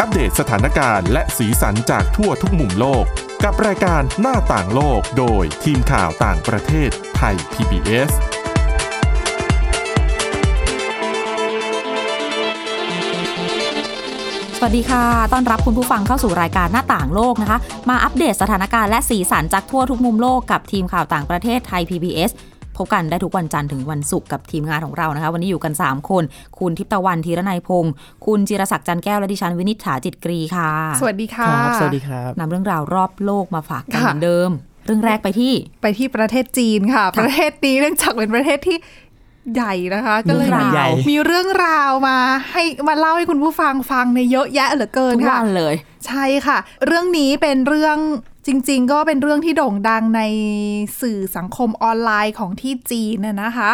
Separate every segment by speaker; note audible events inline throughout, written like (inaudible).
Speaker 1: อัปเดตสถานการณ์และสีสันจากทั่วทุกมุมโลก กับรายการหน้าต่างโลกโดยทีมข่าวต่างประเทศไทย PBS
Speaker 2: สวัสดีค่ะ ต้อนรับคุณผู้ฟังเข้าสู่รายการหน้าต่างโลกนะคะ มาอัปเดตสถานการณ์และสีสันจากทั่วทุกมุมโลกกับทีมข่าวต่างประเทศไทย PBS พบกันได้ทุกวันจันทร์ถึงวันศุกร์กับทีมงานของเรานะคะ วันนี้อยู่กัน 3 คน คุณทิพตะวันธีรนัยพงศ์ คุณจิรศักดิ์จันแก้ว และดิฉันวินิษฐาจิตกรีค่ะ
Speaker 3: สวัสดีค่ะ
Speaker 4: ครับ สวัสดีครับ
Speaker 2: นำเรื่องราวรอบโลกมาฝากกันเห
Speaker 3: ค่ะ
Speaker 2: มือนเดิม เรื่องแรกไปที่
Speaker 3: ไปที่ประเทศจีนค่ะ ประเทศนี้เนื่องจากเป็นประเทศที่ใหญ่นะคะ ก็เลย
Speaker 2: เรื่องราว
Speaker 3: มี
Speaker 4: ใหญ่
Speaker 3: มีเรื่องราวมา ให้มาเล่าให้คุณผู้ฟังฟังในยเยอะแยะเหลือเกิน
Speaker 2: ทุก
Speaker 3: ค่ะ
Speaker 2: วันเลย
Speaker 3: ใช่ค่ะ เรื่องนี้เป็นเรื่องจริง ๆ ก็เป็นเรื่องที่โด่งดังในสื่อสังคมออนไลน์ของที่จีนน่ะนะคะ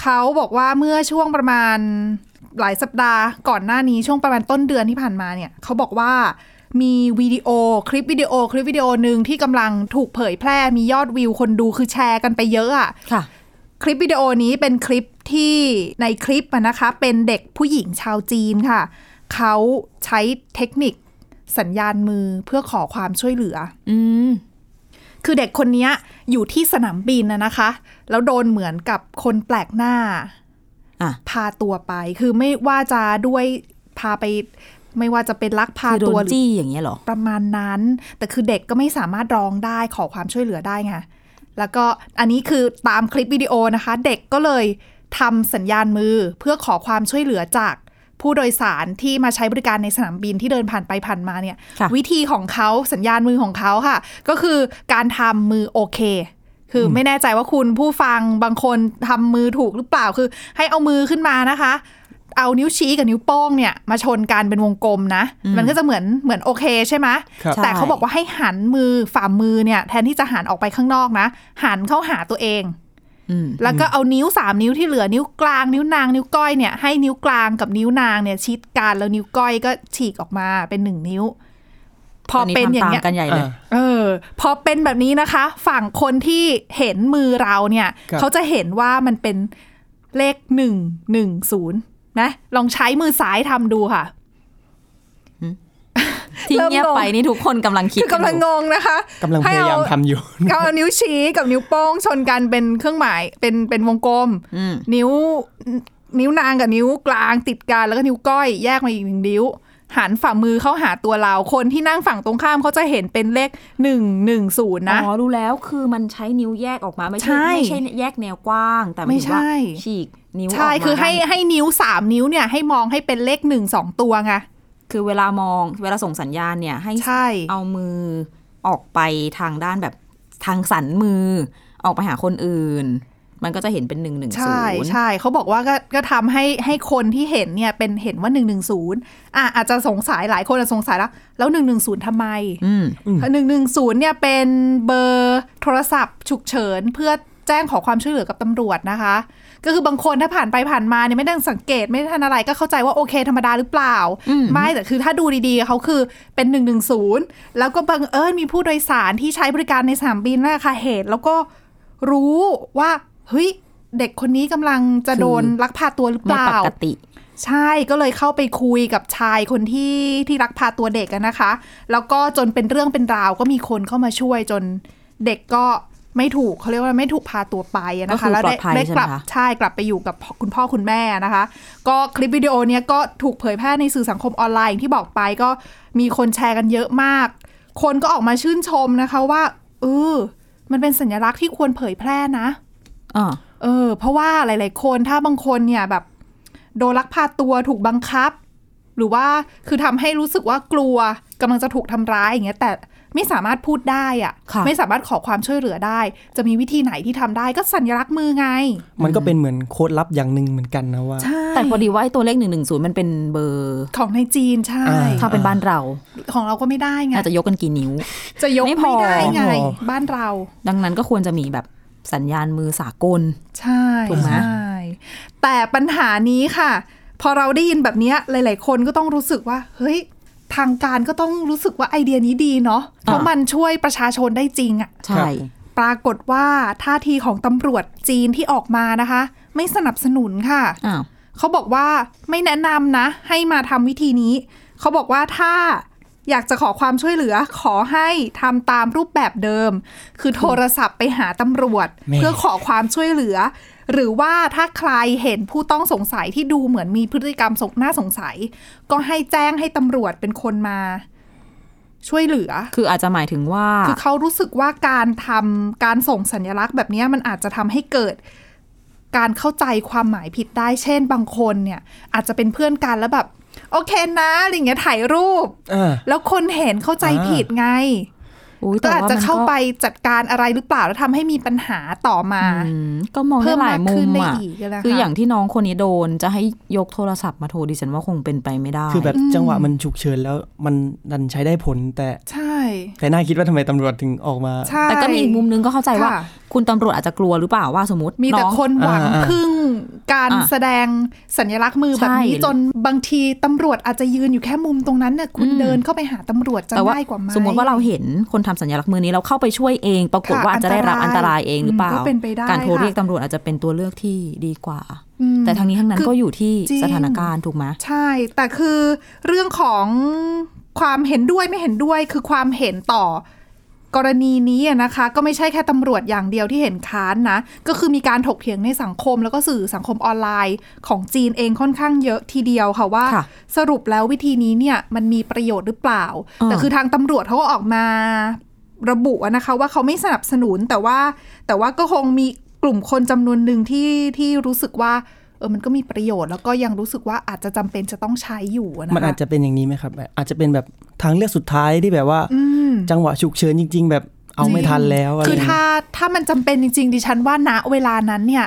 Speaker 3: เขาบอกว่าเมื่อช่วงประมาณหลายสัปดาห์ก่อนหน้านี้ช่วงประมาณต้นเดือนที่ผ่านมาเนี่ยเขาบอกว่ามีวิดีโอคลิปวิดีโอคลิปวิดีโอหนึ่งที่กำลังถูกเผยแพร่มียอดวิวคนดูคือแชร์กันไปเยอะอะ
Speaker 2: ค่ะ
Speaker 3: คลิปวิดีโอนี้เป็นคลิปที่ในคลิปอะนะคะ เป็นเด็กผู้หญิงชาวจีนค่ะ เขาใช้เทคนิคสัญญาณมือเพื่อขอความช่วยเหลือ
Speaker 2: อืม
Speaker 3: คือเด็กคนเนี้ยอยู่ที่สนามบินนะนะคะ แล้วโดนเหมือนกับคนแปลกหน้า
Speaker 2: อ่ะ
Speaker 3: พาตัวไป คือไม่ว่าจะด้วยพาไป ไม่ว่าจะเป็นลักพา
Speaker 2: คือโด
Speaker 3: ตัวน หรือ
Speaker 2: จี้อย่างเงี้ยเหรอ
Speaker 3: ประมาณนั้น แต่คือเด็กก็ไม่สามารถร้องได้ขอความช่วยเหลือได้ไง แล้วก็อันนี้คือตามคลิปวิดีโอนะคะ เด็กก็เลยทำสัญญาณมือเพื่อขอความช่วยเหลือจากผู้โดยสารที่มาใช้บริการในสนามบินที่เดินผ่านไปผ่านมาเนี่ย
Speaker 2: ค่ะ
Speaker 3: วิธีของเขาสัญญาณมือของเขาค่ะ ก็คือการทำมือโอเค คืออไม่แน่ใจว่าคุณผู้ฟังบางคนทำมือถูกหรือเปล่าคือ ให้เอามือขึ้นมานะคะ เอานิ้วชี้กับนิ้วโป้งเนี่ยมาชนกันเป็นวงกลมนะ มันก็จะเหมือนเหมือนโอเคใช่ไหม
Speaker 4: ครับ
Speaker 3: แต่
Speaker 2: ใช่
Speaker 3: เขาบอกว่าให้หันมือฝ่ามือเนี่ยแทนที่จะหันออกไปข้างนอกนะ หันเข้าหาตัวเอง
Speaker 2: อืม
Speaker 3: แล้วก็เอานิ้วสามนิ้วที่เหลือนิ้วกลางนิ้วนางนิ้วก้อยเนี่ยให้นิ้วกลางกับนิ้วนางเนี่ยชิดกันแล้วนิ้วก้อยก็ฉีกออกมาเป็นหนึ่งนิ้ว พอเป็นอย่างเงี้ย
Speaker 2: ตกันใหญ่เลย
Speaker 4: อ่า
Speaker 3: เออพอเป็นแบบนี้นะคะ ฝั่งคนที่เห็นมือเราเนี่ย
Speaker 4: ครับ
Speaker 3: เขาจะเห็นว่ามันเป็นเลขหนึ่งหนึ่งศูนย์นะลองใช้มือซ้ายทำดูค่ะ
Speaker 2: ที่เงียบไปนี่ทุกคนกำลังคิด
Speaker 3: คือกำลัง
Speaker 2: น
Speaker 3: งงนะคะ
Speaker 4: กำลังพยายาม
Speaker 3: ให้เอ
Speaker 4: ทำ
Speaker 3: (laughs)
Speaker 4: อยู่
Speaker 3: เขาเอานิ้วชี้กับนิ้วโป้งชนกันเป็นเครื่องหมายเป็นเป็นวงกลม
Speaker 2: อืม
Speaker 3: นิ้วนิ้วนางกับนิ้วกลางติดกันแล้วก็นิ้วก้อยแยกมาอีกหนึ่งนิ้ว หันฝ่ามือเข้าหาตัวเราคนที่นั่งฝั่งตรงข้ามเขาจะเห็นเป็นเลขหนึ่งหนึ่งศูนย์นะ
Speaker 2: อ๋อรู้แล้วคือมันใช้นิ้วแยกออกมาไม่ใช่
Speaker 3: ใช่
Speaker 2: ไม่ใช่แยกแนวกว้าง แต่หายถึงว่า
Speaker 3: ไม่ใช่
Speaker 2: ฉีกนิ้วออกมา
Speaker 3: ใช่ คือให้ให้นิ้วสามนิ้วเนี่ยให้มองให้เป็นเลขหนึ่งสองตัวไง
Speaker 2: คือเวลามองเวลาส่งสัญญาณเนี่ยให้
Speaker 3: ใช่
Speaker 2: เอามือออกไปทางด้านแบบทางสันมือ ออกไปหาคนอื่น มันก็จะเห็นเป็นหนึ่งหนึ่ง
Speaker 3: ใช่
Speaker 2: ศูนย์
Speaker 3: ใช่ เขาบอกว่าก็ก็ทำให้ให้คนที่เห็นเนี่ยเป็นเห็นว่าหนึ่งหนึ่งศูนย์อ่ะอาจจะสงสัยหลายคนอาจจะสงสัยแล้ว แล้วหนึ่งหนึ่งศูนย์ทำไม
Speaker 2: อืม
Speaker 3: หนึ่งหนึ่งศูนย์เนี่ยเป็นเบอร์โทรศัพท์ฉุกเฉินเพื่อแจ้งขอความช่วยเหลือกับตำรวจนะคะ ก็คือบางคนถ้าผ่านไปผ่านมาเนี่ยไม่ได้สังเกตไม่ได้ทันอะไรก็เข้าใจว่าโอเคธรรมดาหรือเปล่า
Speaker 2: อืม
Speaker 3: ไม่แต่คือถ้าดูดีๆเขาคือเป็น 110 แล้วก็บังเอิญมีผู้โดยสารที่ใช้บริการในสนามบินนั่นแหละค่ะเหตุ แล้วก็รู้ว่าเฮ้ยเด็กคนนี้กำลังจะโดนลักพาตัวหรือเป
Speaker 2: ไม่
Speaker 3: ล่า
Speaker 2: ปกติ
Speaker 3: ใช่ก็เลยเข้าไปคุยกับชายคนที่ที่รักพาตัวเด็กอะนะคะ แล้วก็จนเป็นเรื่องเป็นราวก็มีคนเข้ามาช่วยจนเด็กก็ไม่ถูกเขาเรียกว่าไม่ถูกพาตัวไปอะนะ
Speaker 2: ก็
Speaker 3: คะ
Speaker 2: คือ
Speaker 3: แล้ว
Speaker 2: ปลอดภัย
Speaker 3: ได้
Speaker 2: ใช่ไหม
Speaker 3: กลั
Speaker 2: คะ
Speaker 3: ใช่กลับไปอยู่กับคุณพ่อคุณแม่นะคะ ก็คลิปวิดีโอเนี้ยก็ถูกเผยแพร่ในสื่อสังคมออนไลน์อย่างที่บอกไปก็มีคนแชร์กันเยอะมาก คนก็ออกมาชื่นชมนะคะว่าเออมันเป็นสัญลักษณ์ที่ควรเผยแพร่นะ
Speaker 2: อ่า
Speaker 3: เออเพราะว่าหลาย ๆ คนถ้าบางคนเนี่ยแบบโดนลักพาตัวถูกบังคับ หรือว่าคือทำให้รู้สึกว่ากลัวกำลังจะถูกทำร้ายอย่างเงี้ยแต่ไม่สามารถพูดได้อะ
Speaker 2: ค่ะ
Speaker 3: ไม่สามารถขอความช่วยเหลือได้ จะมีวิธีไหนที่ทำได้ก็สัญลักษณ์มือไง
Speaker 4: มันก็เป็นเหมือนโค้ดลับอย่างหนึ่งเหมือนกันนะว่า
Speaker 3: ใช่
Speaker 2: แต่พอดีว่าไอ้ตัวเลขหนึ่งหนึ่งศูนย์มันเป็นเบอร์
Speaker 3: ของในจีนใช่
Speaker 4: อ่า
Speaker 2: ถ้าเป็นบ้านเรา
Speaker 3: ของเราก็ไม่ได้ไง
Speaker 2: อาจจะยกกันกี่นิ้ว
Speaker 3: จะยก
Speaker 2: ไม่พอ
Speaker 3: ไม่ได้ไง
Speaker 4: ไม่พอ
Speaker 3: บ้านเรา
Speaker 2: ดังนั้นก็ควรจะมีแบบสัญญาณมือสากล
Speaker 3: ใช่
Speaker 2: ถูกไหม
Speaker 3: ใช่แต่ปัญหานี้ค่ะ พอเราได้ยินแบบเนี้ยหลาย ๆ คนก็ต้องรู้สึกว่า เฮ้ย ทางการก็ต้องรู้สึกว่าไอเดียนี้ดีเนาะเพราะมันช่วยประชาชนได้จริงอะ
Speaker 2: ใช่
Speaker 3: ปรากฏว่าท่าทีของตำรวจจีนที่ออกมานะคะ ไม่สนับสนุนค่ะ
Speaker 2: อ้าว
Speaker 3: เขาบอกว่าไม่แนะนำนะ ให้มาทำวิธีนี้ เขาบอกว่าถ้าอยากจะขอความช่วยเหลือขอให้ทำตามรูปแบบเดิม คือโทรศัพท์ไปหาตำรวจ
Speaker 4: แม่
Speaker 3: เพื่อขอความช่วยเหลือ หรือว่าถ้าใครเห็นผู้ต้องสงสัยที่ดูเหมือนมีพฤติกรรมสงน่าสงสัย ก็ให้แจ้งให้ตำรวจเป็นคนมา ช่วยเหลือ
Speaker 2: คืออาจจะหมายถึงว่า
Speaker 3: คือเขารู้สึกว่าการทำการส่งสัญลักษณ์แบบเนี้ยมันอาจจะทำให้เกิด การเข้าใจความหมายผิดได้ เช่นบางคนเนี่ย อาจจะเป็นเพื่อนกันแล้วแบบ โอเคนะอะไรอย่างเงี้ยถ่ายรูป
Speaker 4: อ่า
Speaker 3: แล้วคนเห็นเข้าใจ
Speaker 4: อ่า
Speaker 3: ผิดไง
Speaker 2: อุ๊ย
Speaker 3: ก็
Speaker 2: แต่ว่
Speaker 3: อาจจะเข้าไปจัดการอะไรหรือเปล่าแล้วทำให้มีปัญหาต่อมา
Speaker 2: อืมก็มองได้
Speaker 3: เพิ่
Speaker 2: หลาม
Speaker 3: มาย ก
Speaker 2: มุ
Speaker 3: ขึ้น
Speaker 2: ม
Speaker 3: ได้
Speaker 2: อ่ะ
Speaker 3: อีกนะคะ
Speaker 2: คืออย่างที่น้องคนนี้โดนจะให้ยกโทรศัพท์มาโทรดิฉันว่าคงเป็นไปไม่ได้
Speaker 4: คือแบบจังหวะมันฉุกเฉินแล้วมันดันใช้ได้ผลแต่
Speaker 3: ใช่
Speaker 4: แต่น่าคิดว่าทำไมตำรวจถึงออกมา
Speaker 3: ใช่
Speaker 2: แต่ก็มีอีกมุมนึงก็เข้าใจว่า
Speaker 3: ค่ะ
Speaker 2: คุณตำรวจอาจจะกลัวหรือเปล่าว่าสมมติ
Speaker 3: มีแต่
Speaker 2: อง
Speaker 3: คนหวัง
Speaker 4: อ่าอ่า
Speaker 3: พึ่งการ
Speaker 2: อ่า
Speaker 3: แสดงสัญลักษณ์มือแบบนี้
Speaker 2: ใช่
Speaker 3: จนบางทีตำรวจอาจจะยืนอยู่แค่มุมตรงนั้นเนี่ยคุณเดินเข้าไปหาตำรวจจะ
Speaker 2: แต่ว่า
Speaker 3: ง่ายกว่าไหม
Speaker 2: สมมติว่าเราเห็นคนทำสัญลักษณ์มือนี้เราเข้าไปช่วยเอง ปรากฏว่าอาจจะได้รับอันตรายเองหรือเปล่า
Speaker 3: มก็เป็นไปได้
Speaker 2: การโทรเรียก
Speaker 3: ค่ะ
Speaker 2: ตำรวจอาจจะเป็นตัวเลือกที่ดีกว่า
Speaker 3: อืม
Speaker 2: แต่ทั้งนี้ทั้งนั้น
Speaker 3: คือ
Speaker 2: ก็อยู่ที่
Speaker 3: จริง
Speaker 2: สถานการณ์ถูกไหม
Speaker 3: ใช่ แต่คือเรื่องของความเห็นด้วยไม่เห็นด้วยคือความเห็นต่อ กรณีนี้อะนะคะ ก็ไม่ใช่แค่ตำรวจอย่างเดียวที่เห็นค้านนะ ก็คือมีการถกเถียงในสังคม แล้วก็สื่อสังคมออนไลน์ของจีนเองค่อนข้างเยอะทีเดียวค่ะว่า
Speaker 2: ค่ะ
Speaker 3: สรุปแล้ววิธีนี้เนี่ยมันมีประโยชน์หรือเปล่า
Speaker 2: อ่า
Speaker 3: แต่คือทางตำรวจเขาก็ออกมาระบุอะนะคะ ว่าเขาไม่สนับสนุนแต่ว่า แต่ว่าก็คงมีกลุ่มคนจำนวนหนึ่งที่ที่รู้สึกว่าเออมันก็มีประโยชน์ แล้วก็ยังรู้สึกว่าอาจจะจำเป็นจะต้องใช้อยู่อะนะคะ
Speaker 4: มันอาจจะเป็นอย่างนี้ไหมครับแบบอาจจะเป็นแบบทางเลือกสุดท้ายที่แบบว่า
Speaker 3: อืม
Speaker 4: จังหวะฉุกเฉินจริง ๆ แบบเอาไม่ทันแล้วะไร
Speaker 3: คือ
Speaker 4: เงี้ย
Speaker 3: ถ้าถ้ามันจำเป็นจริง ๆ ดิฉันว่าณเวลานั้นเนี่ย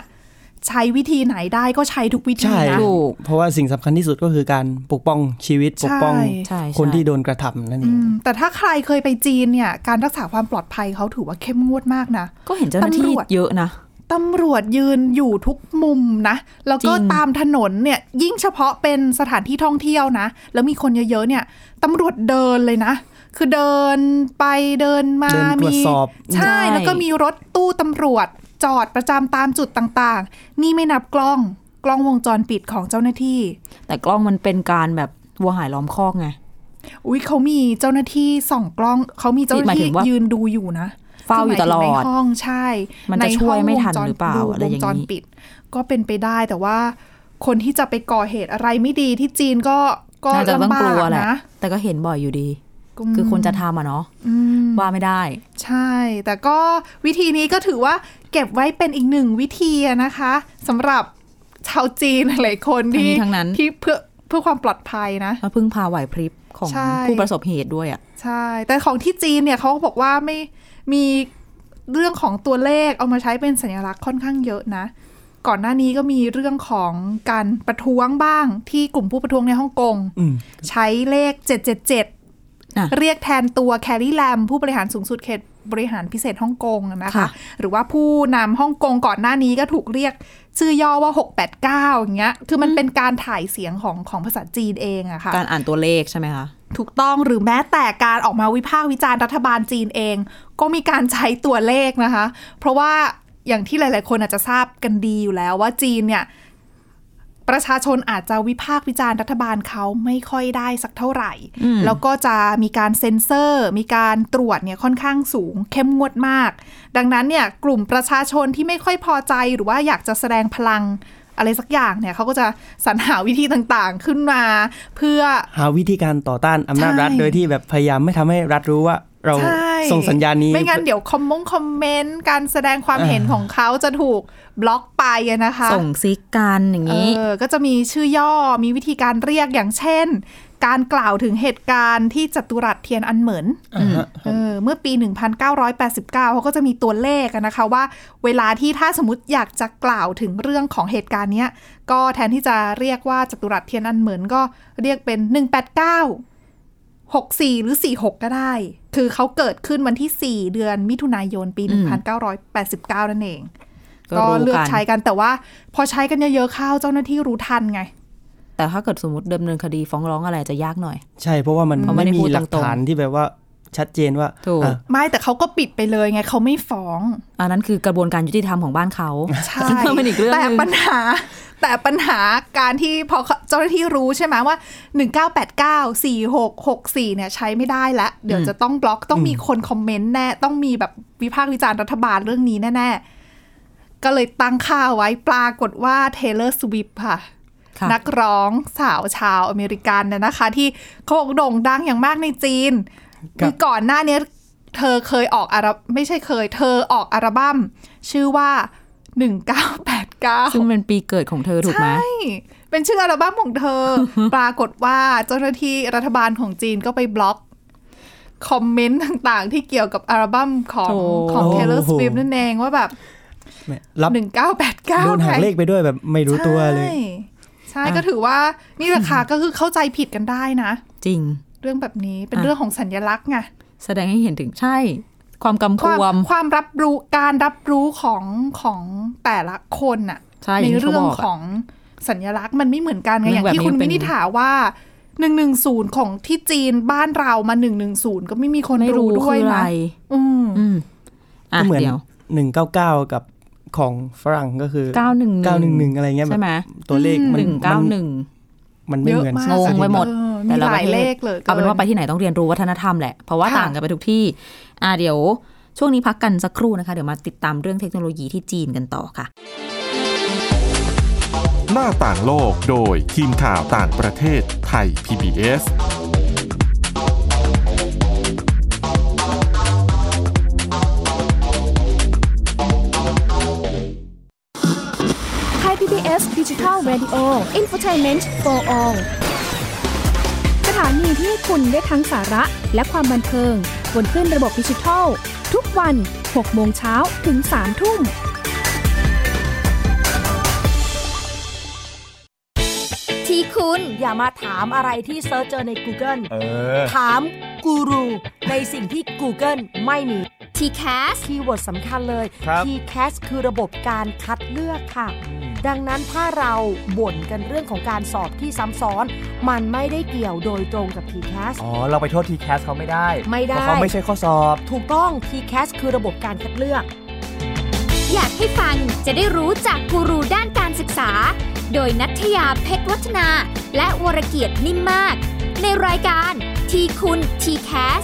Speaker 3: ใช้วิธีไหนได้ก็ใช้ทุกวิธี
Speaker 4: ใช่
Speaker 3: นะ
Speaker 2: ถูก
Speaker 4: เพราะว่าสิ่งสำคัญที่สุดก็คือการปกป้องชีวิตปกป้อง
Speaker 2: ใช่ใช่
Speaker 4: คนที่โดนกระทำนั่นเอ
Speaker 3: อื
Speaker 4: ง
Speaker 3: มแต่ถ้าใครเคยไปจีนเนี่ย การรักษาความปลอดภัยเขาถือว่าเข้มงวดมากนะ
Speaker 2: ก็เห็นเจ้าหน้า
Speaker 3: ตำร
Speaker 2: ที่
Speaker 3: วจ
Speaker 2: เยอะนะ
Speaker 3: ตำรวจยืนอยู่ทุกมุมนะ แล้ว
Speaker 2: จ
Speaker 3: ก็
Speaker 2: ริง
Speaker 3: ตามถนนเนี่ย ยิ่งเฉพาะเป็นสถานที่ท่องเที่ยวนะ แล้วมีคนเยอะๆเนี่ยตำรวจเดินเลยนะ คือเดินไปเดินมา
Speaker 4: เดินตรวจ
Speaker 3: มี
Speaker 4: สอบ
Speaker 3: ใช่แล้วก็มีรถตู้ตำรวจจอดประจำตามจุดต่างๆ นี่ไม่นับกล้องกล้องวงจรปิดของเจ้าหน้าที่
Speaker 2: แต่กล้องมันเป็นการแบบวัวหายล้อมคอกไง
Speaker 3: อุ้ยเขามีเจ้าหน้าที่ส่องกล้องเขามีเจ้าหน้าม
Speaker 2: หายถึ
Speaker 3: ที่
Speaker 2: งว่ายื
Speaker 3: ยืนดูอยู่นะ
Speaker 2: เฝ้าอยู่ตลอ
Speaker 3: คืหมา
Speaker 2: ด
Speaker 3: ถึงในห้องใช่
Speaker 2: มันจะ
Speaker 3: ใ
Speaker 2: ช่วยไม่ทัน
Speaker 3: ห้วงจ
Speaker 2: หรือเปล่า
Speaker 3: ดู
Speaker 2: อะไรอย่างนี้
Speaker 3: วจปิด ก็เป็นไปได้แต่ว่า คนที่จะไปก่อเหตุอะไรไม่ดีที่จีนก็ก็
Speaker 2: น่าจะต้อง
Speaker 3: ลำบากก
Speaker 2: ลัวแหละ
Speaker 3: นะ
Speaker 2: แต่ก็เห็นบ่อยอยู่ดี
Speaker 3: ก็
Speaker 2: คือคนจะทำอะเนาะ
Speaker 3: อืม
Speaker 2: ว่าไม่ได้
Speaker 3: ใช่ แต่ก็วิธีนี้ก็ถือว่าเก็บไว้เป็นอีกหนึ่งวิธีอะนะคะสำหรับชาวจีนหลายคน
Speaker 2: ทั้ง
Speaker 3: ที่
Speaker 2: นี้ทั้งนั้น
Speaker 3: ที่เพื่อเพื่อความปลอดภัยนะ
Speaker 2: แล้วพึ่งพาไหวพริบของ
Speaker 3: ใช่
Speaker 2: ผู้ประสบเหตุด้วยอะ
Speaker 3: ใช่ แต่ของที่จีนเนี่ยเขาบอกว่าไม่มีเรื่องของตัวเลขเอามาใช้เป็นสัญลักษณ์ค่อนข้างเยอะนะ ก่อนหน้านี้ก็มีเรื่องของการประท้วงบ้างที่กลุ่มผู้ประท้วงในฮ่องกง
Speaker 4: อืม
Speaker 3: ใช้เลข
Speaker 2: อ่ะ
Speaker 3: 777 เรียกแทนตัวแคลรี่แลมผู้บริหารสูงสุดเขตบริหารพิเศษฮ่องกงนะคะ
Speaker 2: ค่ะ
Speaker 3: หรือว่าผู้นำฮ่องกงก่อนหน้านี้ก็ถูกเรียกชื่อย่อว่า 689 อย่างเงี้ย คือมันเป็นการถ่ายเสียงของของภาษาจีนเองอะค่ะ
Speaker 2: การอ่านตัวเลขใช่ไหมคะ
Speaker 3: ถูกต้องหรือแม้แต่การออกมาวิพากษ์วิจารณ์รัฐบาลจีนเอง ก็มีการใช้ตัวเลขนะคะ เพราะว่าอย่างที่หลาย ๆ คนอาจจะทราบกันดีอยู่แล้วว่าจีนเนี่ย ประชาชนอาจจะวิพากษ์วิจารณ์รัฐบาลเขาไม่ค่อยได้สักเท่าไหร่
Speaker 2: อืม
Speaker 3: แล้วก็จะมีการเซ็นเซอร์ มีการตรวจเนี่ยค่อนข้างสูงเข้มงวดมาก ดังนั้นเนี่ยกลุ่มประชาชนที่ไม่ค่อยพอใจหรือว่าอยากจะแสดงพลังอะไรสักอย่างเนี่ยเขาก็จะสรรหาวิธีต่าง ๆ ขึ้นมาเพื่อ
Speaker 4: หาวิธีการต่อต้านอำนาจรัฐ
Speaker 3: ใช่
Speaker 4: โดยที่แบบพยายามไม่ทำให้รัฐรู้ว่าเรา
Speaker 3: ใช่
Speaker 4: ส่งสัญญาณนี้
Speaker 3: ไม่งั้นเดี๋ยวคอมมงคอมเมนต์การแสดงความ
Speaker 4: อ่า
Speaker 3: เห็นของเขาจะถูกบล็อกไปอะนะคะ
Speaker 2: ส่งซิกกันอย่าง
Speaker 3: เอ
Speaker 2: นี้
Speaker 3: อก็จะมีชื่อย่อมีวิธีการเรียกอย่างเช่น การกล่าวถึงเหตุการณ์ที่จัตุรัสเทียนอันเหมิน
Speaker 4: อ่าฮะ
Speaker 3: เออเมื่อปี 1989 เขาก็จะมีตัวเลขอะนะคะว่า เวลาที่ถ้าสมมติอยากจะกล่าวถึงเรื่องของเหตุการณ์เนี้ยก็แทนที่จะเรียกว่าจัตุรัสเทียนอันเหมินก็เรียกเป็น 189 64 หรือ 46 ก็ได้ คือเขาเกิดขึ้นวันที่ 4 เดือนมิถุนายนปี
Speaker 2: อืม
Speaker 3: 1989 นั่นเอง
Speaker 2: ก็
Speaker 3: ก็
Speaker 2: รู้
Speaker 3: เลือก
Speaker 2: กัน
Speaker 3: ใช้กันแต่ว่าพอใช้กันเยอะๆเข้าเจ้าหน้าที่รู้ทันไง
Speaker 2: แต่ถ้าเกิดสมมติดำเนินคดีฟ้องร้องอะไรจะยากหน่อย
Speaker 4: ใช่เพราะว่ามัน
Speaker 2: เพราะไม่
Speaker 4: ไม่
Speaker 2: ได้
Speaker 4: มี
Speaker 2: พูด
Speaker 4: หลัก
Speaker 2: ตรงๆ
Speaker 4: ฐานที่แบบว่า ชัดเจนว่า
Speaker 2: ถูก
Speaker 4: อ่ะ
Speaker 3: ไม่แต่เขาก็ปิดไปเลยไงเขาไม่ฟ้อง
Speaker 2: อันนั้นคือกระบวนการยุติธรรมของบ้านเขา
Speaker 3: ใช่
Speaker 2: ซึ่งเป็นอีกเรื่องห
Speaker 3: แต่
Speaker 2: นึง
Speaker 3: ปัญหาแต่ปัญหาการที่พอเจ้าหน้าที่รู้ใช่ไหมว่า 1989 4664เนี่ยใช้ไม่ได้แล้ว เดี๋ยวจะต้องบล็อกต้องมีคนคอมเมนต์แน่ ต้องมีแบบวิพากษ์วิจารณ์รัฐบาลเรื่องนี้แน่ ๆ ก็เลยตั้งค่าไว้ปรากฏว่า Taylor Swift ค่ะ
Speaker 2: ค่ะ
Speaker 3: นักร้องสาวชาวอเมริกันน่ะนะคะ ที่เขาบอกโด่งดังอย่างมากในจีน
Speaker 4: ครับ
Speaker 3: คือก่อนหน้าเนี้ยเธอเคยออกอัลบไม่ใช่เคย เธอออกอัลบั้มชื่อว่า
Speaker 2: ซึ่ง
Speaker 3: 1989
Speaker 2: เป็นปีเกิดของเธอถูกไหม
Speaker 3: ใช่ เป็นชื่ออัลบั้มของเธอ
Speaker 4: (laughs)
Speaker 3: ปรากฏว่าเจ้าหน้าที่รัฐบาลของจีนก็ไปบล็อก คอมเมนต์ต่างๆ ที่เกี่ยวกับอัลบั้มของ
Speaker 2: โถ่
Speaker 3: ของ Taylor
Speaker 4: โอ้โห
Speaker 3: Swift นั่นเองว่าแบบ
Speaker 4: แหม่รับ
Speaker 3: 1989
Speaker 4: โดนหักเลขไปด้วยแบบไม่รู้ตัวเลย
Speaker 3: ใช่ใช่
Speaker 4: อ่ะ
Speaker 3: ก็ถือว่านี่แหละค่ะ ก็คือเข้าใจผิดกันได้นะ
Speaker 2: จริง
Speaker 3: เรื่องแบบนี้เป็น
Speaker 2: อ่ะ
Speaker 3: เรื่องของสัญลักษณ์ไง
Speaker 2: แสดงให้เห็นถึงใช่ ความกำก
Speaker 3: ความ
Speaker 2: วม
Speaker 3: ความรับรู้การรับรู้ของของแต่ละคนน่ะ
Speaker 2: ใช่อย่าง
Speaker 3: ใน
Speaker 2: ที่เขา
Speaker 3: เรื่อบง
Speaker 2: อก
Speaker 3: ข
Speaker 2: อะ
Speaker 3: องสัญลักษณ์มันไม่เหมือนกันไง
Speaker 2: เรื่อง
Speaker 3: อย่าง
Speaker 2: แบบ
Speaker 3: ที่คุณ
Speaker 2: นี้เป็
Speaker 3: มิ
Speaker 2: น
Speaker 3: นิถาว่า 110 ของที่จีนบ้านเรามา 110 ก็ไม่มีคน
Speaker 2: ไม่
Speaker 3: รู้
Speaker 2: รู้
Speaker 3: ด้
Speaker 2: คื
Speaker 3: วย
Speaker 2: ออะไร
Speaker 3: นะอืม
Speaker 2: อืมอ่ะ
Speaker 4: ก็เหมือน
Speaker 2: เดี๋ยว
Speaker 4: หนึ่งเก้าเก้ากับของฝรั่งก็คือ
Speaker 2: 911
Speaker 4: เก้าหนึ่งหนึ่งอะไรเงี้ยแบ
Speaker 2: ใช่
Speaker 4: บ
Speaker 2: ไหม
Speaker 4: ตัวเลขมัน
Speaker 2: หนึ่งเก้าหนึ่ง
Speaker 4: มันไม่
Speaker 3: เยอะ
Speaker 4: เหมือน
Speaker 3: มาก
Speaker 2: งงไปหมด
Speaker 3: เออ
Speaker 2: แต่ละ
Speaker 3: มี
Speaker 2: ป
Speaker 3: หลา
Speaker 2: ระ
Speaker 3: ย
Speaker 2: เทศ
Speaker 3: เลขเลย
Speaker 2: เอาเป็นว่าไปที่ไหนต้องเรียนรู้วัฒนธรรมแหละ เพราะว่า
Speaker 3: ค่ะ
Speaker 2: ต่างกันไปทุกที่ อ่าเดี๋ยวช่วงนี้พักกันสักครู่นะคะ เดี๋ยวมาติดตามเรื่องเทคโนโลยีที่จีนกันต่อค่ะ
Speaker 1: หน้าต่างโลกโดยทีมข่าวต่างประเทศไทย PBS
Speaker 5: ไทย PBS Digital Radio Infotainment for All สถานีที่คุณได้ทั้งสาระและความบันเทิง บนคลื่นระบบดิจิทัล ทุกวัน 6 โมงเช้าถึง 3 ทุ่ม
Speaker 6: ทีคุณอย่ามาถามอะไรที่เซิร์ชเจอใน Google
Speaker 7: เออ
Speaker 6: ถามกูรูในสิ่งที่ Google ไม่มี
Speaker 5: t c a s
Speaker 6: คีย์เวิร์ดสำคัญเลย
Speaker 7: ครับ
Speaker 6: T-CAS คือระบบการคัดเลือกค่ะ ดังนั้นถ้าเราบ่นกันเรื่องของการสอบที่ซ้ำซ้อน มันไม่ได้เกี่ยวโดยตรงกับ T-CAS
Speaker 7: อ๋อ เราไปโทษทีแคสเขาไม่ได้
Speaker 6: ไม่ได้
Speaker 7: เพราะเขาไม่ใช่ข้อสอบ
Speaker 6: ถูกต้อง T-CAS คือระบบการคัดเลือก
Speaker 5: อยากให้ฟังจะได้รู้จากกูรูด้านการศึกษา โดยนัทยาเพชรวัฒนา และวรเกียดนิ่มมาก ในรายการทีคุณ ทีแคส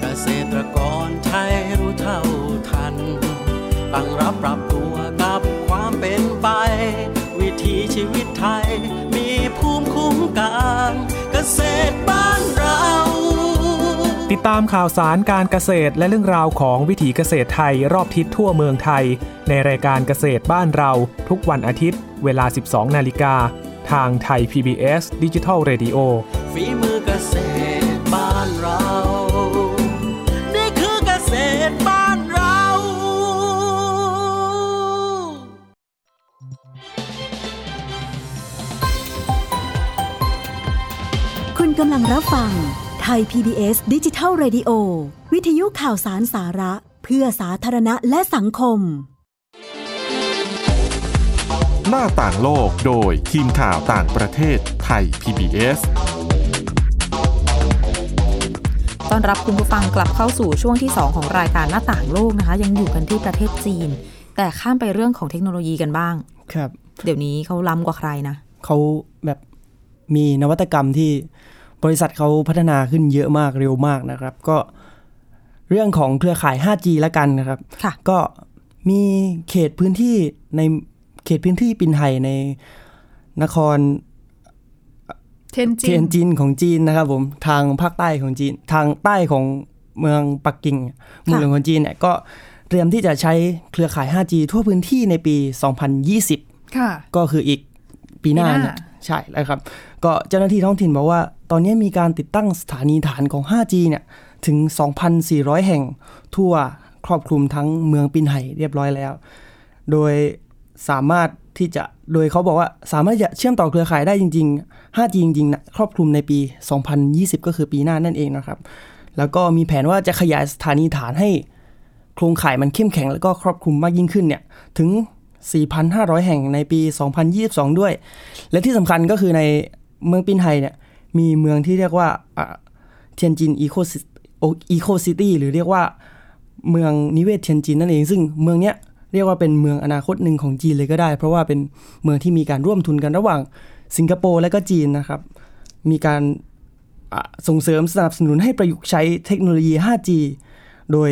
Speaker 8: เกษตรกรไทยรู้เท่าทัน ตั้งรับปรับตัวกับความเป็นไป วิถีชีวิตไทยมีภูมิคุ้มกัน เกษตรบ้านเรา
Speaker 9: ติดตามข่าวสารการเกษตรและเรื่องราวของวิถีเกษตรไทยรอบทิศทั่วเมืองไทย ในรายการเกษตรบ้านเรา ทุกวันอาทิตย์ เวลา 12 นาฬิกา ทางไทย PBS d i g i ดิจิ Radio
Speaker 8: ฝีมือเกษตรบ้านเรา นี่คือเกษตรบ้านเรา
Speaker 10: คุณกำลังรับฟังไทย PBS ดิจิทัล Radio วิทยุข่าวสารสาระ เพื่อสาธารณะและสังคม
Speaker 1: หน้าต่างโลกโดยทีมข่าวต่างประเทศไทย PBS
Speaker 2: ต้อนรับคุณผู้ฟังกลับเข้าสู่ช่วงที่ 2 ของรายการหน้าต่างโลกนะคะ ยังอยู่กันที่ประเทศจีน แต่ข้ามไปเรื่องของเทคโนโลยีกันบ้าง
Speaker 4: ครับ
Speaker 2: เดี๋ยวนี้เขาล้ำกว่าใครนะ
Speaker 4: เขาแบบมีนวัตกรรมที่บริษัทเขาพัฒนาขึ้นเยอะมากเร็วมากนะครับ ก็เรื่องของเครือข่าย 5G ละกันนะครับ
Speaker 2: ค่ะ
Speaker 4: ก็มีเขตพื้นที่ในเขตพื้นที่ปินไห่ในนคร
Speaker 3: เทยนจิ
Speaker 4: เทีย
Speaker 3: น
Speaker 4: นจินของจีนนะครับผมทางภาคใต้ของจีน ทางใต้ของเมืองปักกิ่งเมืองหลวงของจีนเนี่ยก็เตรียมที่จะใช้เครือข่าย 5G ทั่วพื้นที่ในปี 2020
Speaker 3: ค่ะ
Speaker 4: ก็คืออีกปีหน้า
Speaker 3: ปีหน้า
Speaker 4: เนี่ยใช่แล้วครับ ก็เจ้าหน้าที่ท้องถิ่นบอกว่า ตอนนี้มีการติดตั้งสถานีฐานของ 5G เนี่ยถึง 2,400 แห่งทั่ว ครอบคลุมทั้งเมืองปินไห่เรียบร้อยแล้ว โดยสามารถที่จะโดยเขาบอกว่าสามารถจะเชื่อมต่อเครือข่ายได้จริง ๆ 5G จริงๆนะครอบคลุมในปี 2020 ก็คือปีหน้านั่นเองนะครับ แล้วก็มีแผนว่าจะขยายสถานีฐานให้ โครงข่ายมันเข้มแข็งแล้วก็ครอบคลุมมากยิ่งขึ้นเนี่ยถึง 4,500 แห่งในปี 2022 ด้วย และที่สำคัญก็คือในเมืองปินไฮเนี่ยมีเมืองที่เรียกว่าเทียนจินอีโคอีโคซิตี้หรือเรียกว่าเมืองนิเวศเทียนจินนั่นเอง ซึ่งเมืองเนี้ยเรียกว่าเป็นเมืองอนาคตหนึ่งของจีนเลยก็ได้ เพราะว่าเป็นเมืองที่มีการร่วมทุนกันระหว่างสิงคโปร์และก็จีนนะครับ มีการอ่ะส่งเสริมสนับสนุนให้ประยุกต์ใช้เทคโนโลยี 5G โดย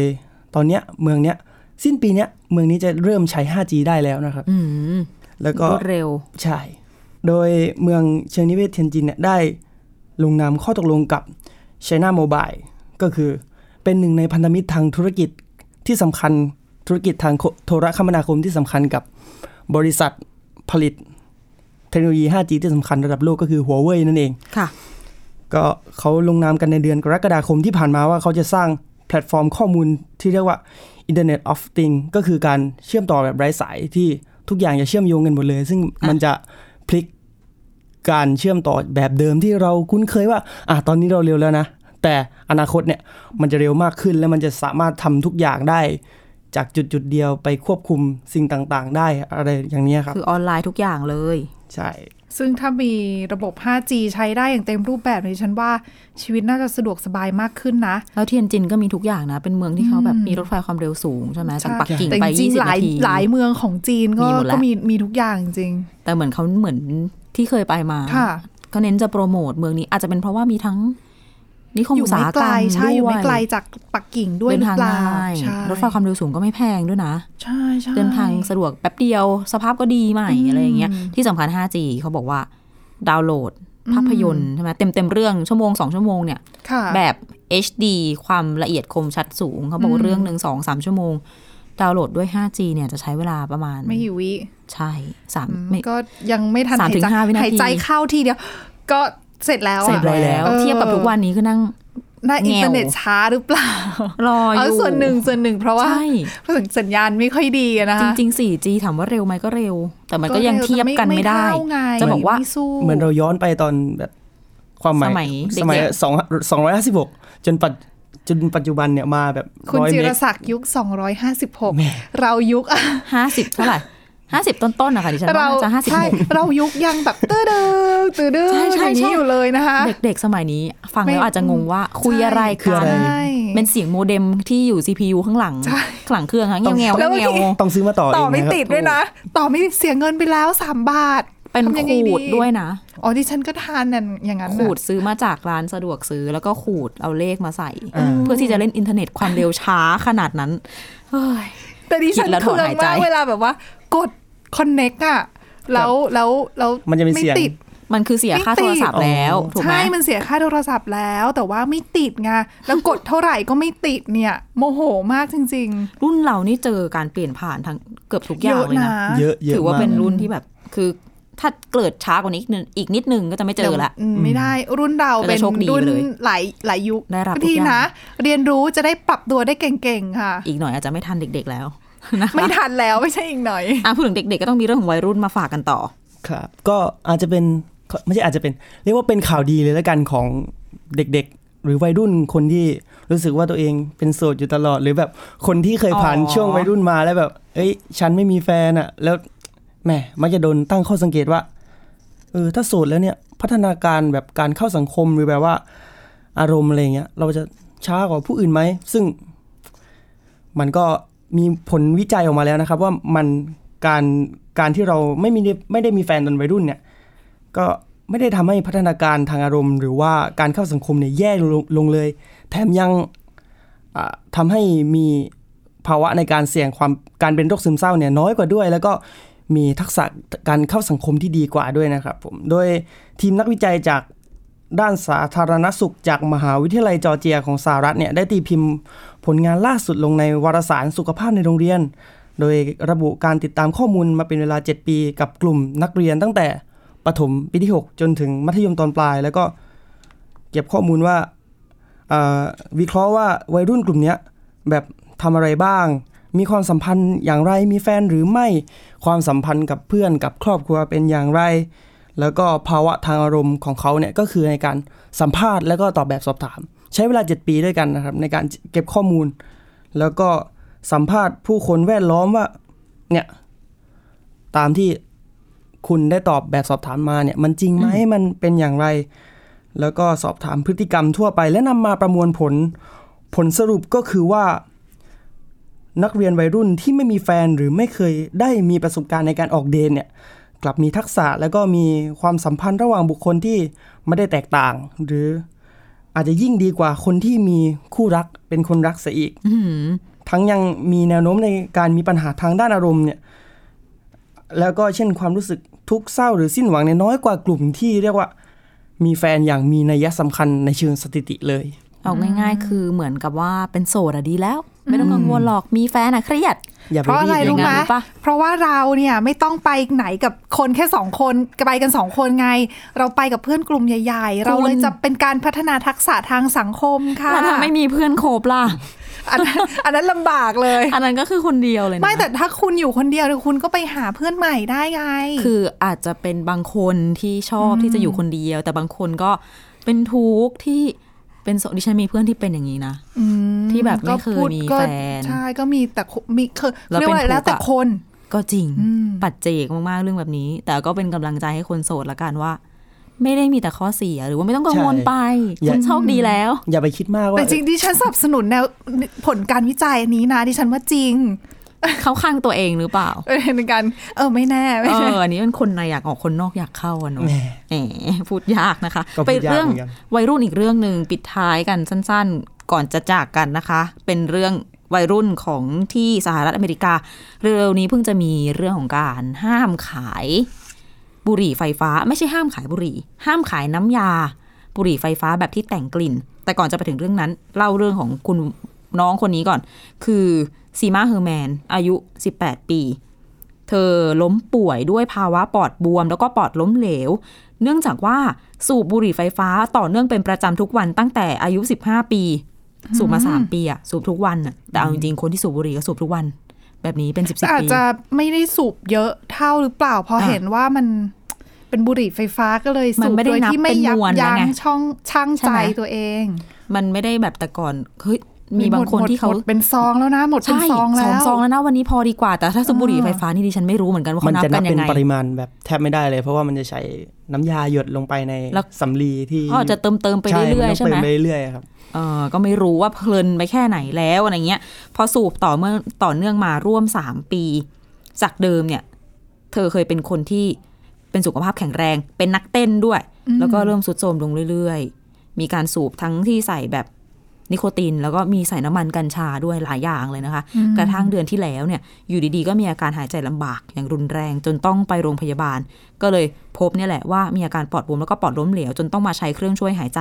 Speaker 4: ตอนเนี้ยเมืองเนี้ยสิ้นปีเนี้ยเมืองนี้จะเริ่มใช้ 5G ได้แล้วนะครับ
Speaker 2: อืม
Speaker 4: แล้วก็
Speaker 2: รวดเร็ว
Speaker 4: ใช่ โดยเมืองเชียงนิเวศเทียนจินเนี่ยได้ลงนามข้อตกลงกับ China Mobile ก็คือเป็นหนึ่งในพันธมิตรทางธุรกิจที่สำคัญธุรกิจทางโคโทรคมนาคมที่สำคัญกับบริษัทผลิตเทคโนโลยี 5G ที่สำคัญระดับโลกก็คือ Huawei นั่นเอง
Speaker 2: ค่ะ
Speaker 4: ก็เขาลงนามกันในเดือนกรกฎาคมที่ผ่านมาว่าเขาจะสร้างแพลตฟอร์มข้อมูลที่เรียกว่า Internet of Things ก็คือการเชื่อมต่อแบบไร้สายที่ทุกอย่างจะเชื่อมโยงกันหมดเลย ซึ่งมันจะพลิกการเชื่อมต่อแบบเดิมที่เราคุ้นเคยว่าอ่ะตอนนี้เราเร็วแล้วนะ แต่อนาคตเนี่ยมันจะเร็วมากขึ้นและมันจะสามารถทำทุกอย่างได้ จากจุดจุดๆเดียวไปควบคุมสิ่งต่างๆ ได้อะไรอย่างเนี้ยครับ
Speaker 2: คือออนไลน์ทุกอย่างเลย
Speaker 4: ใช่
Speaker 3: ซึ่งถ้ามีระบบ 5G ใช้ได้อย่างเต็มรูปแบบในฉันว่าชีวิตน่าจะสะดวกสบายมากขึ้นนะ
Speaker 2: แล้วเทียนจินก็มีทุกอย่างนะ เป็นเมืองที่เขาแบบมีรถไฟความเร็วสูงใช่ไหมจากปักกิ่ง
Speaker 3: แต่
Speaker 2: ไป
Speaker 3: จริง
Speaker 2: 20
Speaker 3: ๆหลาย
Speaker 2: นาที
Speaker 3: หลายเมืองของจีนก็
Speaker 2: มีหมดแล้ว
Speaker 3: ก็มีมีทุกอย่างจริง
Speaker 2: แต่เหมือนเขาเหมือนที่เคยไปมา
Speaker 3: ค่ะ
Speaker 2: ก็เน้นจะโปรโมทเมืองนี้อาจจะเป็นเพราะว่ามีทั้งนิคม
Speaker 3: อยู่
Speaker 2: อุตสา
Speaker 3: ไม่
Speaker 2: ห
Speaker 3: ไก
Speaker 2: กร
Speaker 3: ล
Speaker 2: รม
Speaker 3: ใช่อยู่ไม่ไกล
Speaker 2: ด้วย
Speaker 3: จากปักกิ่งด้วย
Speaker 2: เดิ
Speaker 3: ห
Speaker 2: น
Speaker 3: รือ
Speaker 2: ทาง
Speaker 3: เปล่า
Speaker 2: ได้
Speaker 3: ใช่
Speaker 2: รถไฟความเร็วสูงก็ไม่แพงด้วยนะ
Speaker 3: ใช่ใช่
Speaker 2: เดินทางสะดวกแป๊บเดียว สภาพก็ดีใหม่อะไรอย่างเงี้ยที่สำคัญ 5G เขาบอกว่า ดาวน์โหลด ภาพยนตร์ใช่ไหมเต็มเต็มๆเรื่องชั่วโมง 2 ชั่วโมงเนี่ย
Speaker 3: ค่ะ
Speaker 2: แบบ HD ความละเอียดคมชัดสูง เขาบอกว่า
Speaker 3: อืม
Speaker 2: เรื่องหนึ่งสองสามชั่วโมง ดาวน์โหลดด้วย 5G เนี่ยจะใช้เวลาประมาณ
Speaker 3: ไม่กี่วิ
Speaker 2: ใช่สาม
Speaker 3: อืม
Speaker 2: ไม่
Speaker 3: ก็ยังไม่ทัน
Speaker 2: สาม
Speaker 3: หาย
Speaker 2: ถึง
Speaker 3: ใจ
Speaker 2: ห้าวินาที
Speaker 3: หายใจเข้าทีเดียว ก็เสร็จแล้วอะ
Speaker 2: เสร็จแล้ว
Speaker 3: ออ
Speaker 2: เทียบกับทุกวันนี้ก็นั่ง
Speaker 3: น่าอินเทอร์เน็ต
Speaker 2: แนว
Speaker 3: ช้าหรือเปล่าร
Speaker 2: ออ
Speaker 3: เอา
Speaker 2: ยู่
Speaker 3: ส่วนหนึ่งส่วนหนึ่งเพราะว่า
Speaker 2: ใช่
Speaker 3: สัญญาณไม่ค่อยดีอะนะ
Speaker 2: จ
Speaker 3: คะ
Speaker 2: ริงๆ 4G ถามว่าเร็วไหมก็เร็ว แต่มันก็ยัง
Speaker 3: ร็ว
Speaker 2: เทียบกันไม่ได้
Speaker 3: เท่าไง
Speaker 2: จะบอกว่า
Speaker 3: ไม่สู้
Speaker 4: เหมือนเราย้อนไปตอนแบบความหมาย
Speaker 2: สมัยเด็กๆ
Speaker 4: สมัยสองสองร้อยห้าสิบหกจนปัจจนปัจจุบันเนี่ยมาแบบ
Speaker 3: คุณ
Speaker 4: ร้อย
Speaker 3: จิ
Speaker 4: เม
Speaker 3: ร
Speaker 4: ก
Speaker 3: ศักดิ์ยุค 256 เรายุค
Speaker 2: 50 เท่าไหร่ 50 ต้นๆนะคะดิฉันว่า
Speaker 3: เรา
Speaker 2: น่าจะห้าสิบ
Speaker 3: ใช่
Speaker 2: หก
Speaker 3: เรายุคยังแบบตื้อเด้อตื้อเด้อ
Speaker 2: ใช่ใช่
Speaker 3: อย่าง
Speaker 2: ใช่
Speaker 3: นี้อยู่เลยนะคะ
Speaker 2: เด็กๆ สมัยนี้ฟัง
Speaker 3: ไม่
Speaker 2: แล้วอาจจะงงว่าคุยอะไร
Speaker 3: ใช่
Speaker 4: คือ
Speaker 2: กั
Speaker 4: อะ
Speaker 2: น
Speaker 4: ไร
Speaker 3: ใช่
Speaker 2: เป็นเสียงโมเด็มที่อยู่ CPU ข้างหลังข้างหลังเครื่องค่ะเงี้ยวเงี้ยว
Speaker 3: แล้วบาง
Speaker 2: เงี้ยว
Speaker 3: ที
Speaker 4: ต้องซื้อมาต่อ
Speaker 3: ต่อ
Speaker 4: เง
Speaker 3: ไม่
Speaker 4: นะครับ
Speaker 3: ติดด้วยนะ ต่อไม่ติดเสียเงินไปแล้ว 3 บาท
Speaker 2: เป็น
Speaker 3: ทำยังไง
Speaker 2: ขูดด้วยนะ
Speaker 3: อ๋อดิฉันก็ทานนั่นอย่างนั้น
Speaker 2: ขู
Speaker 3: น่ะ
Speaker 2: ดซื้อมาจากร้านสะดวกซื้อแล้วก็ขูดเอาเลขมาใส่ เพื่อที่จะเล่นอินเทอร์เน็ตความเร็วช้าขนาดนั้น เฮ้ย
Speaker 3: แต่ดิฉัน
Speaker 2: คิดแล้วถ
Speaker 3: เคื
Speaker 2: อน
Speaker 3: อง
Speaker 2: หายใจ
Speaker 3: มากเวลาแบบว่ากดคอนเน็กอะแล้วแล้วแล้ว
Speaker 4: มันจะมีเสียง
Speaker 3: ไติด
Speaker 2: มันคือเสียค่า
Speaker 3: ไม่
Speaker 2: โท
Speaker 3: ติด
Speaker 2: รศัพท์แล้ว
Speaker 4: อ๋อ
Speaker 2: ถูกไหม
Speaker 3: ใช่มันเสียค่าโทรศัพท์แล้ว แต่ว่าไม่ติดไงแล้วกดเท่าไหร่ก็ไม่ติดเนี่ย โมโหมากจริง
Speaker 2: รุ่นเรานี่เจอการเปลี่ยนผ่านทางเกือบทุกอย่างเลยนะ
Speaker 4: เยอะเยอะ
Speaker 2: ถือว่า
Speaker 4: มา
Speaker 2: เป็น
Speaker 4: ก
Speaker 2: รุ่นที่แบบคือถ้าเกิดช้ากว่านี้อีกนิดอีกนิดนึงก็จะไม่
Speaker 3: ๆ
Speaker 2: เจอละ
Speaker 3: มไม่ได้รุ่นเรา
Speaker 2: ก็จะ
Speaker 3: เป็น
Speaker 2: โชคดี
Speaker 3: รุ่น
Speaker 2: เลย
Speaker 3: หลายหลายยุค
Speaker 2: ได้รับทุก
Speaker 3: ดี
Speaker 2: อย่าง
Speaker 3: นะ เรียนรู้จะได้ปรับตัวได้เก่งๆค่ะ
Speaker 2: อีกหน่อยอาจจะไม่ทันเด็ก ๆ แล้วนะคะ
Speaker 3: ไม่ทันแล้วไม่ใช่อีกหน่อย
Speaker 2: (laughs) อ่ะพูดถึงเด็กๆก็ต้องมีเรื่องของวัยรุ่นมาฝากกันต่อ
Speaker 4: ครับ ก็อาจจะเป็นไม่ใช่อาจจะเป็น เรียกว่าเป็นข่าวดีเลยละกันของเด็กๆ หรือวัยรุ่นคนที่รู้สึกว่าตัวเองเป็นโสดอยู่ตลอด หรือแบบคนที่เคยผ่าน
Speaker 2: อ๋อ
Speaker 4: ช่วงวัยรุ่นมาแล้วแบบ เอ้ย ฉันไม่มีแฟนอะแล้วแหมมักจะโดนตั้งข้อสังเกตว่า เออถ้าโสดแล้วเนี่ยพัฒนาการแบบการเข้าสังคมหรือแบบว่า อารมณ์อะไรเงี้ยเราจะช้ากว่าผู้อื่นไหม ซึ่งมันก็มีผลวิจัยออกมาแล้วนะครับ ว่ามันการการที่เราไม่มีไม่ได้มีแฟนตอนวัยรุ่นเนี่ย ก็ไม่ได้ทำให้พัฒนาการทางอารมณ์ หรือว่าการเข้าสังคมเนี่ยแย่ลงลงเลย แถมยังอ่าทำาให้มีภาวะในการเสี่ยงความการเป็นโรคซึมเศร้าเนี่ยน้อยกว่าด้วย แล้วก็มีทักษะการเข้าสังคมที่ดีกว่าด้วยนะครับผมโดยทีมนักวิจัยจาก ด้านสาธารณสุขจากมหาวิทยาลัยจอร์เจียของสหรัฐเนี่ยได้ตีพิมพ์ผลงานล่าสุดลงในวารสารสุขภาพในโรงเรียน โดยระบุการติดตามข้อมูลมาเป็นเวลา 7 ปีกับกลุ่มนักเรียนตั้งแต่ประถมปีที่ 6 จนถึงมัธยมตอนปลาย แล้วก็เก็บข้อมูลว่าเอ่อวิเคราะห์ว่าวัยรุ่นกลุ่มเนี้ยแบบ ทำอะไรบ้าง มีความสัมพันธ์อย่างไรมีแฟนหรือไม่ความสัมพันธ์กับเพื่อนกับครอบครัวเป็นอย่างไร แล้วก็ภาวะทางอารมณ์ของเขาเนี่ยก็คือในการสัมภาษณ์แล้วก็ตอบแบบสอบถาม ใช้เวลา 7 ปีด้วยกันนะครับ ในการเก็บข้อมูล แล้วก็สัมภาษณ์ผู้คนแวดล้อมว่าเนี่ยตามที่คุณได้ตอบแบบสอบถามมาเนี่ยมันจริงไหมมันเป็นอย่างไร แล้วก็สอบถามพฤติกรรมทั่วไปและนำมาประมวลผล ผลสรุปก็คือว่า นักเรียนวัยรุ่นที่ไม่มีแฟนหรือไม่เคยได้มีประสบการณ์ในการออกเดทเนี่ย กลับมีทักษะแล้วก็มีความสัมพันธ์ระหว่างบุคคลที่ไม่ได้แตกต่าง หรืออาจจะยิ่งดีกว่าคนที่มีคู่รักเป็นคนรักเสียอีก
Speaker 2: อื้อหือ
Speaker 4: ทั้งยังมีแนวโน้มในการมีปัญหาทางด้านอารมณ์เนี่ย แล้วก็เช่นความรู้สึกทุกข์เศร้าหรือสิ้นหวังเนี่ยน้อยกว่ากลุ่มที่เรียกว่า มีแฟนอย่างมีนัยสำคัญในเชิงสถิติเลย
Speaker 2: เอาง่าย ๆ คือเหมือนกับว่าเป็นโสดอะดีแล้ว ไม่ต้องกังวลหรอกมีแฟนอะเครียด
Speaker 4: อย่า
Speaker 3: เพ
Speaker 4: ไป
Speaker 3: ราะอะไร
Speaker 4: บ
Speaker 3: รู้
Speaker 4: อย่าง
Speaker 3: ไหม
Speaker 4: นั้น
Speaker 2: รู้ปะ
Speaker 3: เพราะว่าเราเนี่ยไม่ต้องไปไหนกับคนแค่สองคนไปกันสองคนไง เราไปกับเพื่อนกลุ่มใหญ่ ๆ เราเลยจะเป็นการพัฒนาทักษะทางสังคมค่ะ
Speaker 2: แล้วถ้าไม่มีเพื่อนโคบล่ะ
Speaker 3: อันนั้นอันนั้นลำบากเลย
Speaker 2: อันนั้นก็คือคนเดียวเลยนะ
Speaker 3: ไม่แต่ถ้าคุณอยู่คนเดียวเนี่ยคุณก็ไปหาเพื่อนใหม่ได้ไง
Speaker 2: คืออาจจะเป็นบางคนที่ชอบที่จะอยู่คนเดียว แต่บางคนก็เป็นทุกข์ที่เป็นโสดดิฉันมีเพื่อนที่เป็นอย่างนี้นะ
Speaker 3: อื
Speaker 2: ที่แบบไม่เคย
Speaker 3: ก็พูด
Speaker 2: มี
Speaker 3: ก็
Speaker 2: แฟน
Speaker 3: ใช่ก็มีแต่คุมีคือ
Speaker 2: แล้ว
Speaker 3: เรียกว่าอะไร
Speaker 2: เป็นทุกข์
Speaker 3: แล้วแต่
Speaker 2: อะ
Speaker 3: คน
Speaker 2: ก็จริง
Speaker 3: อืม
Speaker 2: ปัจเจกมากๆเรื่องแบบนี้ แต่ก็เป็นกำลังใจให้คนโสดละกันว่า ไม่ได้มีแต่ข้อเสียหรือว่าไม่ต้องกังวลไปคุณโชคดีแล้ว (laughs)
Speaker 4: อย่าไปคิดมากว่า
Speaker 3: แต่จริงดิฉันสนับสนุนแนวผลการวิจัยอันนี้นะดิฉันว่าจริง
Speaker 2: เขาข้างตัวเองหรือเปล่า
Speaker 3: เออในการเออไม่แน่ไม่
Speaker 2: เอ
Speaker 3: แน่
Speaker 2: ออันนี้เป็นคนในอยากออกคนนอกอยากเข้าอะเนาะ
Speaker 4: แหม
Speaker 2: แหมพูดยากนะคะ
Speaker 4: ก็พูด
Speaker 2: ไป
Speaker 4: ยาก
Speaker 2: เรื่อง
Speaker 4: เหมือนกัน
Speaker 2: วัยรุ่นอีกเรื่องหนึ่งปิดท้ายกันสั้นๆ ก่อนจะจากกันนะคะ เป็นเรื่องวัยรุ่นของที่สหรัฐอเมริกา เร็วๆนี้เพิ่งจะมีเรื่องของการห้ามขายบุหรี่ไฟฟ้า ไม่ใช่ห้ามขายบุหรี่ ห้ามขายน้ำยา บุหรี่ไฟฟ้าแบบที่แต่งกลิ่น แต่ก่อนจะไปถึงเรื่องนั้น เล่าเรื่องของคุณน้องคนนี้ก่อน คือซีมาเฮอร์แมน อายุ 18 ปี เธอล้มป่วยด้วยภาวะปอดบวม แล้วก็ปอดล้มเหลว เนื่องจากว่าสูบบุหรี่ไฟฟ้าต่อเนื่องเป็นประจำทุกวันตั้งแต่อายุ 15 ปี สูบมา 3 ปีอะสูบทุกวันอะแต่เอาจริงๆคนที่สูบบุหรี่ก็สูบทุกวัน แบบนี้เป็น 10บส
Speaker 3: อาจ
Speaker 2: ปี
Speaker 3: จะไม่ได้สูบเยอะเท่าหรือเปล่า พอ
Speaker 2: อ่ะ
Speaker 3: เห็นว่ามันเป็นบุหรี่ไฟฟ้าก็เลย
Speaker 2: มั
Speaker 3: สู
Speaker 2: น
Speaker 3: บ
Speaker 2: ไม่ได้
Speaker 3: โดย
Speaker 2: นับ
Speaker 3: ที่ไม่
Speaker 2: เป็น
Speaker 3: ยับ
Speaker 2: มวล
Speaker 3: ยั้ง
Speaker 2: แล้วไง
Speaker 3: ช่องช่าง
Speaker 2: ใช่
Speaker 3: ใจ
Speaker 2: ไหม
Speaker 3: ตัวเอง
Speaker 2: มันไม่ได้แบบแต่ก่อนเฮ้ยมีบางคน
Speaker 3: หด
Speaker 2: ที่เขา
Speaker 3: หมดเป็นซองแล้วนะ หมดเป็น
Speaker 2: ใช่
Speaker 3: ซอง
Speaker 2: ส
Speaker 3: แล้
Speaker 2: อง
Speaker 3: ว
Speaker 2: ซองแล้วนะวันนี้พอดีกว่าแต่ถ้าสูบบุหรี่ไฟฟ้านี่ดิฉันไม่รู้เหมือนกันว่า
Speaker 4: มั
Speaker 2: เขา
Speaker 4: น
Speaker 2: นับ
Speaker 4: จะ
Speaker 2: กั
Speaker 4: นับ
Speaker 2: นยั
Speaker 4: เป็น
Speaker 2: งไง
Speaker 4: ปริมาณแบบแทบไม่ได้เลย เพราะว่ามันจะใช้น้ำยาหยดลงไปใน
Speaker 2: แล้ว
Speaker 4: สำลีที่
Speaker 2: เขาอาจจะเติมเติมๆไปเรื่อยๆใช่ไหม
Speaker 4: นต้องเติไปเรื่อยๆครับ
Speaker 2: เออก็ไม่รู้ว่าเพลินไปแค่ไหนแล้วอะไรเงี้ย พอสูบต่อเมื่อต่อเนื่องมาร่วม 3 ปี จากเดิมเนี่ย เธอเคยเป็นคนที่เป็นสุขภาพแข็งแรง เป็นนักเต้นด้วย แล้วก็เริ่มสุดโทรมลงเรื่อยๆ มีการสูบทั้งที่ใส่แบบนิโคติน แล้วก็มีใส่น้ำมันกัญชาด้วยหลายอย่างเลยนะคะ กระทั่งเดือนที่แล้วเนี่ย อยู่ดีๆ ก็มีอาการหายใจลำบากอย่างรุนแรงจนต้องไปโรงพยาบาล ก็เลยพบเนี่ยแหละว่ามีอาการปอดบวมแล้วก็ปอดล้มเหลว จนต้องมาใช้เครื่องช่วยหายใจ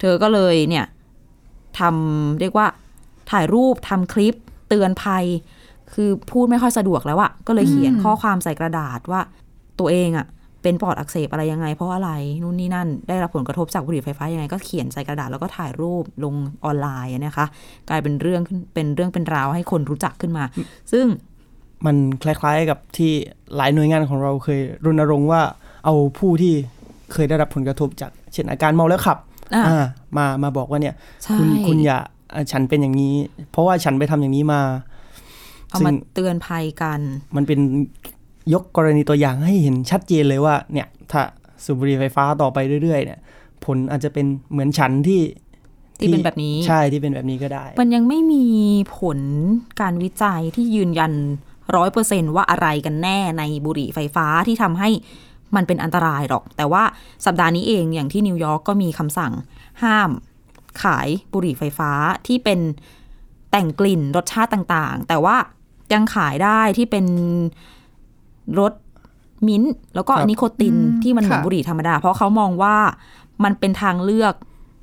Speaker 2: เธอก็เลยเนี่ย ทำเรียกว่าถ่ายรูปทำคลิปเตือนภัย คือพูดไม่ค่อยสะดวกแล้วอะก็เลยเขียนข้อความใส่กระดาษว่าตัวเองอะเป็นปอดอักเสบอะไรยังไง เพราะอะไรนู่นนี่นั่นได้รับผลกระทบจากบุหรี่ไฟฟ้ายังไง ก็เขียนใส่กระดาษแล้วก็ถ่ายรูปลงออนไลน์อะนะคะ กลายเป็นเรื่องขึ้นเป็นเรื่องเป็นราวให้คนรู้จักขึ้นมา ซึ่ง
Speaker 4: มันคล้ายๆกับที่หลายหน่วยงานของเราเคยรณรงค์ว่าเอาผู้ที่เคยได้รับผลกระทบจากเช่นอาการเมาแล้วขับ
Speaker 2: อ่า
Speaker 4: อ่ามามาบอกว่าเนี่ย
Speaker 2: ใช่
Speaker 4: คุณคุณอย่าอ่าฉันเป็นอย่างนี้ เพราะว่าฉันไปทำอย่างนี้มา
Speaker 2: เอา
Speaker 4: ซึ่
Speaker 2: มาง เตือนภัยกัน
Speaker 4: มันเป็นยกกรณีตัวอย่างให้เห็นชัดเจนเลยว่าเนี่ยถ้าสูบบุหรี่ไฟฟ้าต่อไปเรื่อยๆเนี่ย ผลอาจจะเป็นเหมือนฉันที่
Speaker 2: ที่เป็นแบบนี้
Speaker 4: ใช่ที่เป็นแบบนี้ก็ได้
Speaker 2: มันยังไม่มีผลการวิจัยที่ยืนยันร้อยเปอร์เซนว่าอะไรกันแน่ในบุหรี่ไฟฟ้าที่ทำให้มันเป็นอันตรายหรอก แต่ว่าสัปดาห์นี้เองอย่างที่นิวยอร์กก็มีคำสั่งห้ามขายบุหรี่ไฟฟ้าที่เป็นแต่งกลิ่นรสชาติต่างๆ แต่ว่ายังขายได้ที่เป็นรสมิ้นท์แล้วก็
Speaker 4: ครับ
Speaker 2: นิโคตินที่มันเหมือน
Speaker 3: ค่ะ
Speaker 2: บุหรี่ธรรมดา เพราะเขามองว่ามันเป็นทางเลือก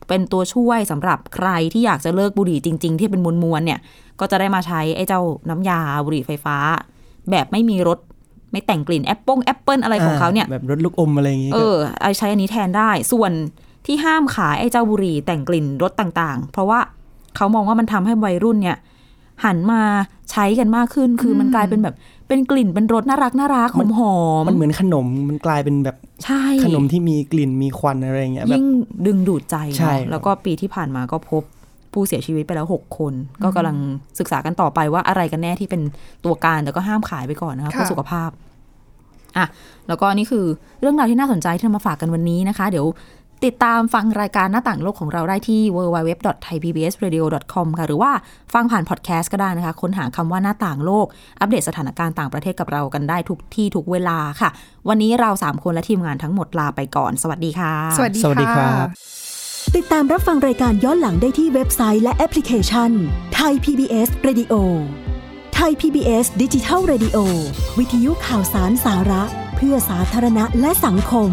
Speaker 2: เป็นตัวช่วยสำหรับใครที่อยากจะเลิกบุหรี่จริง ๆ ที่เป็นมวลมวลๆเนี่ย ก็จะได้มาใช้ไอ้เจ้าน้ำยาบุหรี่ไฟฟ้า แบบไม่มีรสไม่แต่งกลิ่นแอปเปิลแอปเปิลอะไรของเขาเนี่ย
Speaker 4: แบบรถลูกอมอะไรอย่างงี้
Speaker 2: เอ
Speaker 4: ก็
Speaker 2: อเอาใช้อันนี้แทนได้ ส่วนที่ห้ามขายไอ้เจ้าบุหรี่แต่งกลิ่นรสต่างๆ เพราะว่าเขามองว่ามันทำให้วัยรุ่นเนี่ย หันมาใช้กันมากขึ้น คือมันกลายเป็นแบบ เป็นกลิ่นเป็นรสน่ารักน่ารักหอมหอม
Speaker 4: มันเหมือนขนมมันกลายเป็นแบบ
Speaker 2: ใช่
Speaker 4: ขนมที่มีกลิ่นมีควันอะไรอย่างเงี้ยแบบ
Speaker 2: ยิ่งดึงดูดใจ
Speaker 4: ใช่
Speaker 2: เนอะแล้วก็ปีที่ผ่านมาก็พบผู้เสียชีวิตไปแล้ว 6 คน ก็กำลังศึกษากันต่อไปว่าอะไรกันแน่ที่เป็นตัวการแต่ก็ห้ามขายไปก่อนนะคะ
Speaker 3: ค่ะ
Speaker 2: เพื่อสุขภาพอ่ะแล้วก็นี่คือเรื่องราวที่น่าสนใจที่นำมาฝากกันวันนี้นะคะ เดี๋ยวติดตามฟังรายการหน้าต่างโลกของเราได้ที่ www.thaipbsradio.com ค่ะหรือว่าฟังผ่านพอดแคสต์ก็ได้นะคะ ค้นหาคำว่าหน้าต่างโลก อัปเดตสถานการณ์ต่างประเทศกับเรากันได้ทุกที่ทุกเวลาค่ะ วันนี้เราสามคนและทีมงานทั้งหมดลาไปก่อน สวัสดีค่ะ
Speaker 3: สวัสดี
Speaker 4: สวัสดีครั
Speaker 3: ค่ะ
Speaker 4: บ
Speaker 5: ติดตามรับฟังรายการย้อนหลังได้ที่เว็บไซต์และแอปพลิเคชันไทย PBS Radio ไทย PBS ดิจิทัล Radio วิทยุข่าวสารสาระ เพื่อสาธารณะและสังคม